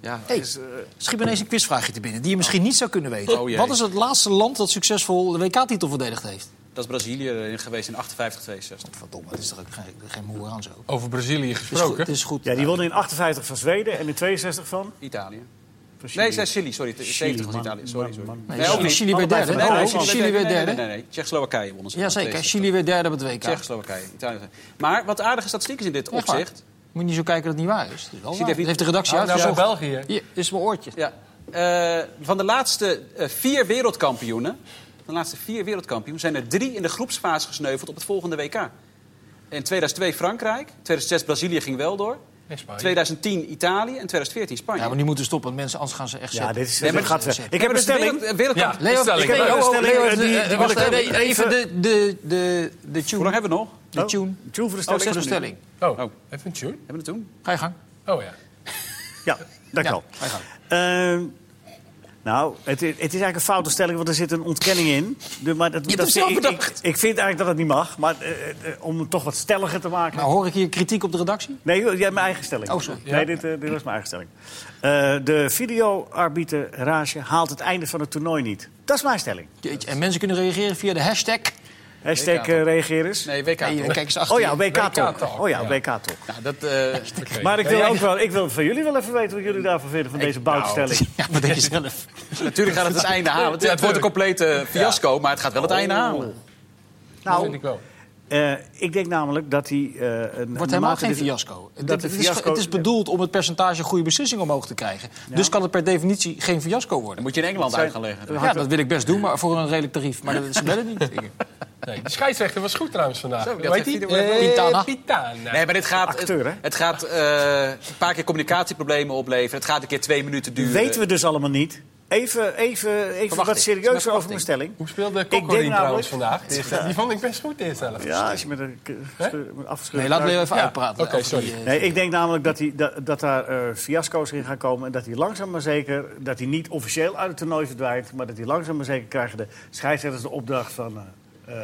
B: Ja,
A: Hey,
B: is, eh,
A: schiet me ineens een quizvraagje te binnen die je misschien niet zou kunnen weten.
B: Oh, jee.
A: Wat is het laatste land dat succesvol de WK-titel verdedigd heeft?
B: dat is Brazilië eh, geweest in 58, 62.
A: Verdomme, dat is toch ook geen, geen moer aan zo. Het
C: Over Brazilië
A: is goed.
C: gesproken.
A: Het is goed.
D: Ja, die wonnen in 58 van Zweden en in 62 van.
B: Italië.
D: van Chili.
B: Nee, zei Chili, sorry. te-
D: Chili,
B: 70 was
D: man,
B: Italië, sorry.
D: man,
B: sorry.
D: man.
A: Nee,
B: Nee, ook
A: Chili,
B: niet.
A: Chili weer
D: Allebei
A: derde.
D: van-
A: Nee,
D: Oh,
A: Chili,
D: Chili
A: Chili weer
B: Nee, nee,
A: derde.
B: nee. Tsjechoslowakije won ons.
A: Jazeker, Chili weer derde op het WK.
B: Tsjechoslowakije, Italië. Maar wat aardig is statistiek is in dit
A: Echt waar.
B: opzicht.
A: Moet je niet zo kijken dat het niet waar is. Het is wel
B: Ziet
A: waar.
B: even-
A: Dat heeft de redactie
C: Ah, nou, bij
A: uitgezocht.
C: België.
A: Hier, is mijn oortje.
B: Ja. Eh, van de laatste eh, vier wereldkampioenen, van de laatste vier wereldkampioenen, zijn er drie in de groepsfase gesneuveld op het volgende WK. In 2002 Frankrijk, 2006 Brazilië ging wel door,
C: En Spanje.
B: 2010 Italië en 2014 Spanje.
A: Ja, maar nu moeten we stoppen, want mensen, anders gaan ze echt
D: Ja,
A: zetten.
D: dit is,
B: Nee, maar
D: dit gaat ver. Ik
B: Nee,
D: heb
B: maar
D: een
B: dus de
D: stelling.
B: wereld- wereld-
C: Ja.
A: Leo,
C: Stelling.
A: ik-
C: Ik heb
A: oh,
D: een
A: oh,
D: stelling,
A: Leo
D: eh,
A: heeft
D: die-
A: de-
D: die
A: wacht,
D: wil ik
A: nee,
D: ook
A: even de,
D: even-
A: de, de, de
B: Hoe lang
A: tune.
B: hebben we nog?
A: De tune.
D: Tune voor de
A: Oh,
D: stelling.
A: zes stelling.
C: Oh,
B: Oh.
C: even een tune.
B: Hebben we het toen?
A: Ga je gang.
C: Oh ja.
D: Ja, dat kan. Ehm, nou, het, is- het is eigenlijk een foute stelling, want er zit een ontkenning in. De- maar dat,
A: hebt
D: dat
A: het
D: vind-
A: zelf
D: ik, ik,
A: bedacht.
D: ik vind eigenlijk dat het niet mag, maar eh, eh, om het toch wat stelliger te maken.
A: Nou, hoor ik hier kritiek op de redactie?
D: Nee, jij hebt mijn eigen stelling.
A: Oh, sorry.
D: Nee, dit, eh, dit was mijn eigen stelling. Eh, de videoarbiter Rage haalt het einde van het toernooi niet. Dat is mijn stelling.
A: Jeetje, En mensen kunnen reageren via de hashtag
D: Hashtag eh, reageer eens.
B: Nee, WK.
A: Nee,
B: toch?
A: kijk eens achter
D: Oh
A: je.
D: ja, WK-talk.
C: WK-talk,
D: Oh ja, WK-talk.
B: Nou, dat, eh,
D: Maar ik wil, ook wel, ik wil van jullie wel even weten wat jullie daarvan vinden, van deze boutstelling.
A: Ja, maar denk je zelf.
B: natuurlijk gaat het het einde halen. Het, het wordt een complete eh, fiasco, maar het gaat wel het einde
D: Oh.
B: halen.
C: Dat
D: Nou,
C: vind ik wel.
D: eh, ik denk namelijk dat hij... eh een,
A: wordt helemaal
D: naarmate
A: geen
D: dit-
A: fiasco. Het,
D: dat
A: het
D: een
A: is,
D: fiasco-
A: het is bedoeld om het percentage goede beslissing omhoog te krijgen. Dus kan het per definitie geen fiasco
B: Dan
A: worden.
B: moet je in Engeland uit gaan leggen.
A: Ja, dat wil ik best doen, maar voor een redelijk tarief. Maar dat ze bellen niet. Ik-
C: Nee, de scheidsrechter was goed trouwens vandaag.
B: Zo, die
C: Hoe
B: had
C: heet die?
B: geen video-
C: Eh,
A: Pitana.
C: Pitana.
B: Nee, maar dit gaat,
D: Acteur, hè?
B: het, het gaat eh, een paar keer communicatieproblemen opleveren. Het gaat een keer twee minuten duren.
D: Weten we dus allemaal niet. Even, even, even wat
B: Verwachting. Het is
D: serieuzer
B: maar
D: over mijn stelling.
C: Hoe speelde
D: denk
C: Kokkerin
B: nou,
D: namelijk-
C: trouwens vandaag? Die- Die vond ik best goed eerst zelf.
D: Ja, als je met een k- scheur- met
A: Nee,
D: afgescheurd...
A: laten we
D: buik-
A: even uitpraten.
C: oké,
A: over die,
C: sorry.
A: eh,
D: Nee, ik denk namelijk dat, hij, dat, dat daar eh, fiasco's in gaan komen. En dat hij langzaam maar zeker, dat hij niet officieel uit het toernooi verdwijnt. Maar dat hij langzaam maar zeker krijgen de scheidsrechters de opdracht van. eh, eh,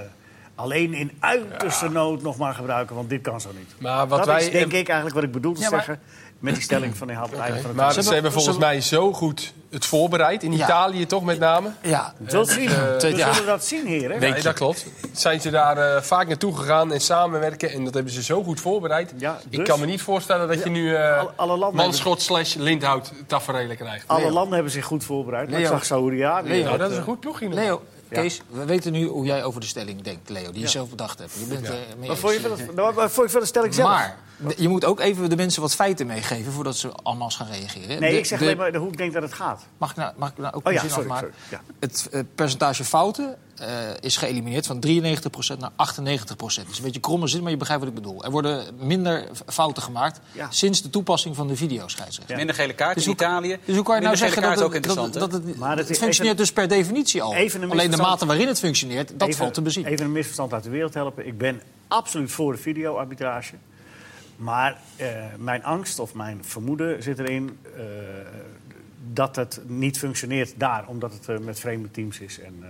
D: alleen in uiterste nood nog maar gebruiken, want dit kan zo niet.
C: Maar wat
D: dat
C: wij-
D: is denk ik eigenlijk wat ik bedoel te
A: Ja, maar-
D: zeggen. Met die stelling van de Haal van het
C: Maar
A: Ze
C: ze,
A: hebben-
C: hebben volgens
A: ze-
C: mij zo goed het voorbereid. In
A: Ja.
C: Italië toch met name.
A: eh, Ja,
D: Zult zien. Eh, We
A: eh, tweede- ja.
D: zullen dat zien, heren.
C: Nee, dat klopt. Zijn ze daar eh, vaak naartoe gegaan en samenwerken. En dat hebben ze zo goed voorbereid.
D: Ja,
C: Ik
D: dus-
C: kan me niet voorstellen dat je nu eh,
D: alle- alle landen
C: manschot slash lindhout tafereelen
B: Ah,
C: krijgt.
D: Alle landen hebben zich goed voorbereid. Maar ik
A: Leo.
D: zag Saoedi-Arabië.
A: Leo.
C: Nou, dat
B: eh,
C: is een goed ploegje nog.
A: Leo, Kees, we weten nu hoe jij over de stelling denkt, Leo. Die je zelf bedacht hebt. Je bent, eh, mee
D: Wat vond je
A: eens.
D: van dat- nou, wat vond je van de stelling zelf?
A: Maar d- je moet ook even de mensen wat feiten meegeven voordat ze allemaal gaan reageren.
D: nee,
A: De-
D: ik zeg
A: de-
D: alleen maar hoe ik denk dat het gaat.
A: Mag ik nou, mag ik nou ook
D: Oh
A: een
D: ja,
A: zin
D: sorry,
A: afmaken?
D: sorry,
A: Het eh, percentage fouten eh, is geëlimineerd van 93% naar 98%. Dat is een beetje kromme zin, maar je begrijpt wat ik bedoel. Er worden minder f- fouten gemaakt
D: Ja.
A: sinds de toepassing van de videoscheidsrechter.
B: Minder gele kaart
A: Dus
B: in
A: hoe-
B: Italië.
A: Dus hoe kan je nou
B: Minder gele
A: zeggen
B: kaart
A: dat
B: is ook
A: het, dat,
B: interessant, hè?
A: dat het,
D: Maar dat
A: het
D: is
A: functioneert dus per definitie al.
D: Even een
A: Alleen de
D: misverstand.
A: mate waarin het functioneert, dat
D: even,
A: valt te bezien.
D: Even een misverstand uit de wereld helpen. Ik ben absoluut voor de video-arbitrage. Maar eh, mijn angst of mijn vermoeden zit erin eh, dat het niet functioneert daar. Omdat het eh, met vreemde teams is en eh,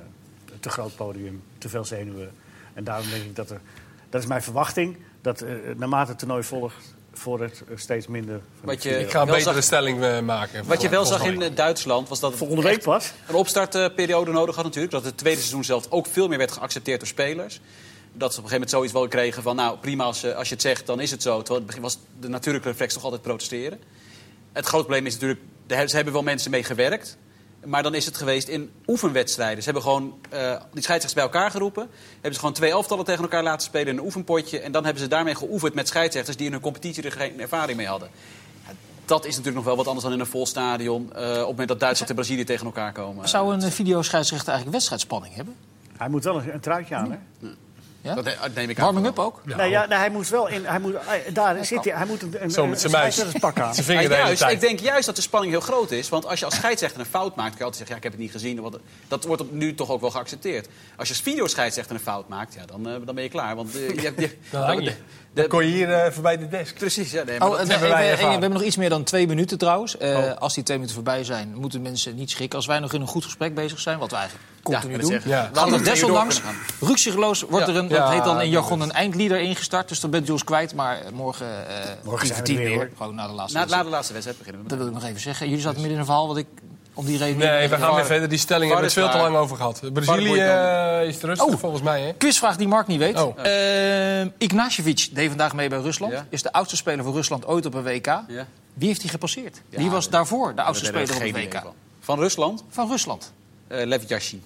D: een te groot podium, te veel zenuwen. En daarom denk ik dat er... Dat is mijn verwachting, dat eh, naarmate het toernooi volgt... voor het eh, steeds minder... van
B: Wat
D: die
B: je,
C: Ik ga een
B: wel
C: betere
B: zag,
C: stelling eh, maken.
B: wat je wel zag
C: Volgens
B: in eh, Duitsland was dat het
D: Volgende week
B: echt
D: pas.
B: een opstartperiode nodig had natuurlijk. Dat het tweede seizoen zelf ook veel meer werd geaccepteerd door spelers. Dat ze op een gegeven moment zoiets wel kregen van... nou, prima, als, eh, als je het zegt, dan is het zo. Terwijl in het begin was de natuurlijke reflex toch altijd protesteren. Het groot probleem is natuurlijk... de- ze hebben wel mensen mee gewerkt. Maar dan is het geweest in oefenwedstrijden. Ze hebben gewoon eh, die scheidsrechters bij elkaar geroepen. Hebben ze gewoon twee elftallen tegen elkaar laten spelen in een oefenpotje. En dan hebben ze daarmee geoefend met scheidsrechters... die in hun competitie er geen ervaring mee hadden. Ja, dat is natuurlijk nog wel wat anders dan in een vol stadion. eh, op het moment dat Duitsland en Brazilië tegen elkaar komen.
A: Zou een eh, videoscheidsrechter eigenlijk wedstrijdspanning hebben?
D: Hij moet wel een, een truitje aan, hè?
A: Ja?
B: Dat eh, neem ik aan.
A: Warming-up ook?
D: Nou ja, nee, hij moet wel in. Hij moet, eh, daar zit hij. Hij moet een, een,
C: Zo met
D: een
C: zijn muis.
D: scheidsrechterspak aan.
C: Zijn
B: Maar
C: vinger de hele
B: juist, ik
C: tijd.
B: denk juist dat de spanning heel groot is. Want als je als scheidsrechter een fout maakt, kan je altijd zeggen... ja, ik heb het niet gezien. Want dat wordt op- nu toch ook wel geaccepteerd. Als je als videoscheidsrechter een fout maakt, ja, dan, eh, dan ben je klaar. Want eh, je hebt... je-
C: Dan hang je.
B: de-
C: Dan
B: de-
C: kon je hier eh, voorbij de desk.
B: Precies, ja, nee, maar
A: Oh,
B: dat-
A: eh,
C: hebben
A: eh,
C: wij
A: eh,
C: ervaren.
A: we hebben nog iets meer dan twee minuten trouwens. Eh, Als die twee minuten voorbij zijn, moeten mensen niet schrikken. Als wij nog in een goed gesprek bezig zijn, wat wij eigenlijk continu
B: ik wil
A: doen...
B: het
C: Ja.
B: zeggen.
A: Gaat
B: Laten
A: er
B: we hier door
A: desondanks,
B: kunnen gaan.
A: ruksigloos wordt
B: Ja.
A: er een,
C: Ja,
A: dat heet dan in
C: dat
A: jargon, een eindlieder ingestart. Dus dan bent u ons kwijt, maar eh, morgen... eh
D: Morgen zijn we
A: tien
D: er weer,
A: uur,
D: hoor.
A: Gewoon na de laatste
B: Na, na
A: wedstrijd.
B: de laatste wedstrijd beginnen we.
A: Dat wil ik nog even zeggen. Jullie zaten midden in een verhaal wat ik om die reden...
C: Nee, we gaan weer
B: Var-
C: verder. Die stelling hebben we het
B: Var is
C: veel te
B: waar.
C: lang over gehad. Brazilië
B: boeit dan.
C: eh, is rustig
A: Oh.
C: volgens mij, hè?
A: Quizvraag die Mark niet weet.
C: Oh.
A: Eh, Ignacevic deed vandaag mee bij Rusland.
B: Ja.
A: Is de oudste speler voor Rusland ooit op een WK.
B: Ja.
A: Wie heeft hij gepasseerd?
B: Ja,
A: Wie was
B: dat-
A: daarvoor de oudste
B: Dat hebben we
A: speler op een
B: geen idee
A: WK?
B: van. Van Rusland,
A: Van Rusland.
B: eh Lev Yashin.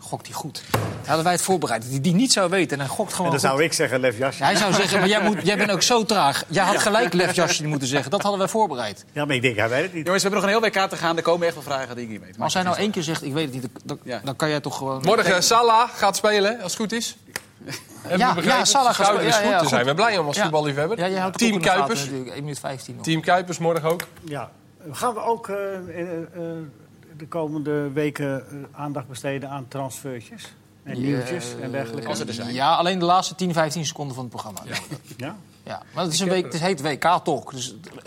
A: Gokt hij goed. Hadden wij het voorbereid dat hij die niet zou weten. En hij gokt
D: En
A: gewoon
D: dan
A: goed.
D: zou ik zeggen, Lev Jasje.
A: Hij zou zeggen, maar jij, moet, jij bent ook zo traag. Jij had gelijk Lev Yashin moeten zeggen. Dat hadden wij voorbereid.
D: Ja, maar ik denk, hij weet het niet.
B: Jongens, we hebben nog een heel WK te gaan. Er komen echt wel vragen die ik niet weet.
A: Maar als hij nou één keer zegt, ik weet het niet, dan,
B: Ja.
A: dan kan jij toch gewoon...
C: Morgen Salah gaat spelen, als het goed is. Hebben
A: Ja,
C: we begrepen?
A: ja, Salah gaat
C: Schouder
A: spelen.
C: is
A: Ja,
C: goed.
A: ja,
C: Daar
A: goed.
C: zijn we blij om als
A: Ja.
C: voetballiefhebber.
A: Ja, jij houdt het
C: Team
A: ook in de gaten
C: Kuipers.
A: natuurlijk. 1 minuut 15 nog.
C: Team Kuipers morgen ook.
D: Ja. Gaan we ook eh, eh, eh, de komende weken eh, aandacht besteden aan transfertjes? En nieuwtjes en dergelijke?
B: als er dus- zijn.
A: Ja, alleen de laatste 10, 15 seconden van het programma. Ja.
D: Ja?
A: Maar het, is een week, het heet WK-talk. Dus het- we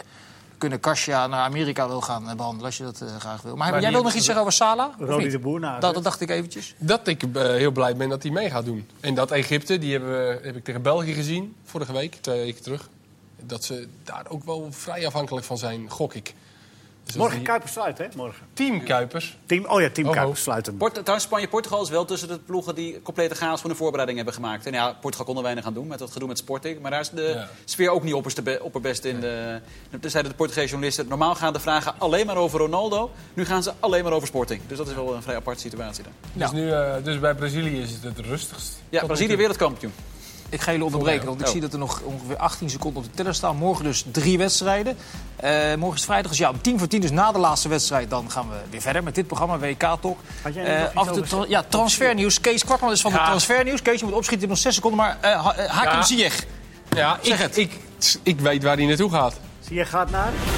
A: kunnen Kasia naar Amerika wil gaan eh, behandelen als je dat eh, graag wil. Maar, jij wil nog iets zeggen over Sala?
D: Rodi de Boer na,
A: Dat,
D: hè?
A: dat dacht ik eventjes.
C: Dat ik eh, heel blij ben dat hij mee gaat doen. En dat Egypte, die hebben, we- heb ik tegen België gezien vorige week, twee weken terug. Dat ze daar ook wel vrij afhankelijk van zijn, gok ik. Dus dat
D: Morgen
C: is die-
D: Kuipers sluit, hè? Morgen.
C: Team Kuipers.
D: Team, oh ja, Team
C: Oh,
D: Kuipers
C: oh.
D: sluit hem.
B: Port, trouwens, Spanje-Portugal is wel tussen de ploegen die complete chaos van de voorbereiding hebben gemaakt. En ja, Portugal kon er weinig aan doen met dat gedoe met Sporting. Maar daar is de
C: Ja.
B: sfeer ook niet opperste be- opperbest in. De, toen zeiden de Portugese journalisten, normaal gaan de vragen alleen maar over Ronaldo. Nu gaan ze alleen maar over Sporting. Dus dat is wel een vrij aparte situatie dan.
C: Dus, nu, eh, dus bij Brazilië is het het rustigst.
B: Ja,
C: Tot
B: Brazilië
C: nu toe.
B: wereldkampioen.
A: Ik ga jullie onderbreken, want ik
B: Oh.
A: zie dat er nog ongeveer 18 seconden op de teller staan. Morgen dus drie wedstrijden. Eh, morgen is vrijdag, dus ja, om tien voor tien, dus na de laatste wedstrijd... dan gaan we weer verder met dit programma, WK-talk.
D: Had jij
A: Eh,
D: net nog iets over
A: ja, transfernieuws. Kees Kwakman is van de transfernieuws. Kees, je moet opschieten, je hebt nog zes seconden. Maar eh, Ha- eh, Hakim
C: Ja.
A: Ziyech,
C: Ja,
A: Zeg
C: ik,
A: het.
C: Ik, ik weet waar hij naartoe gaat.
D: Zie je gaat naar?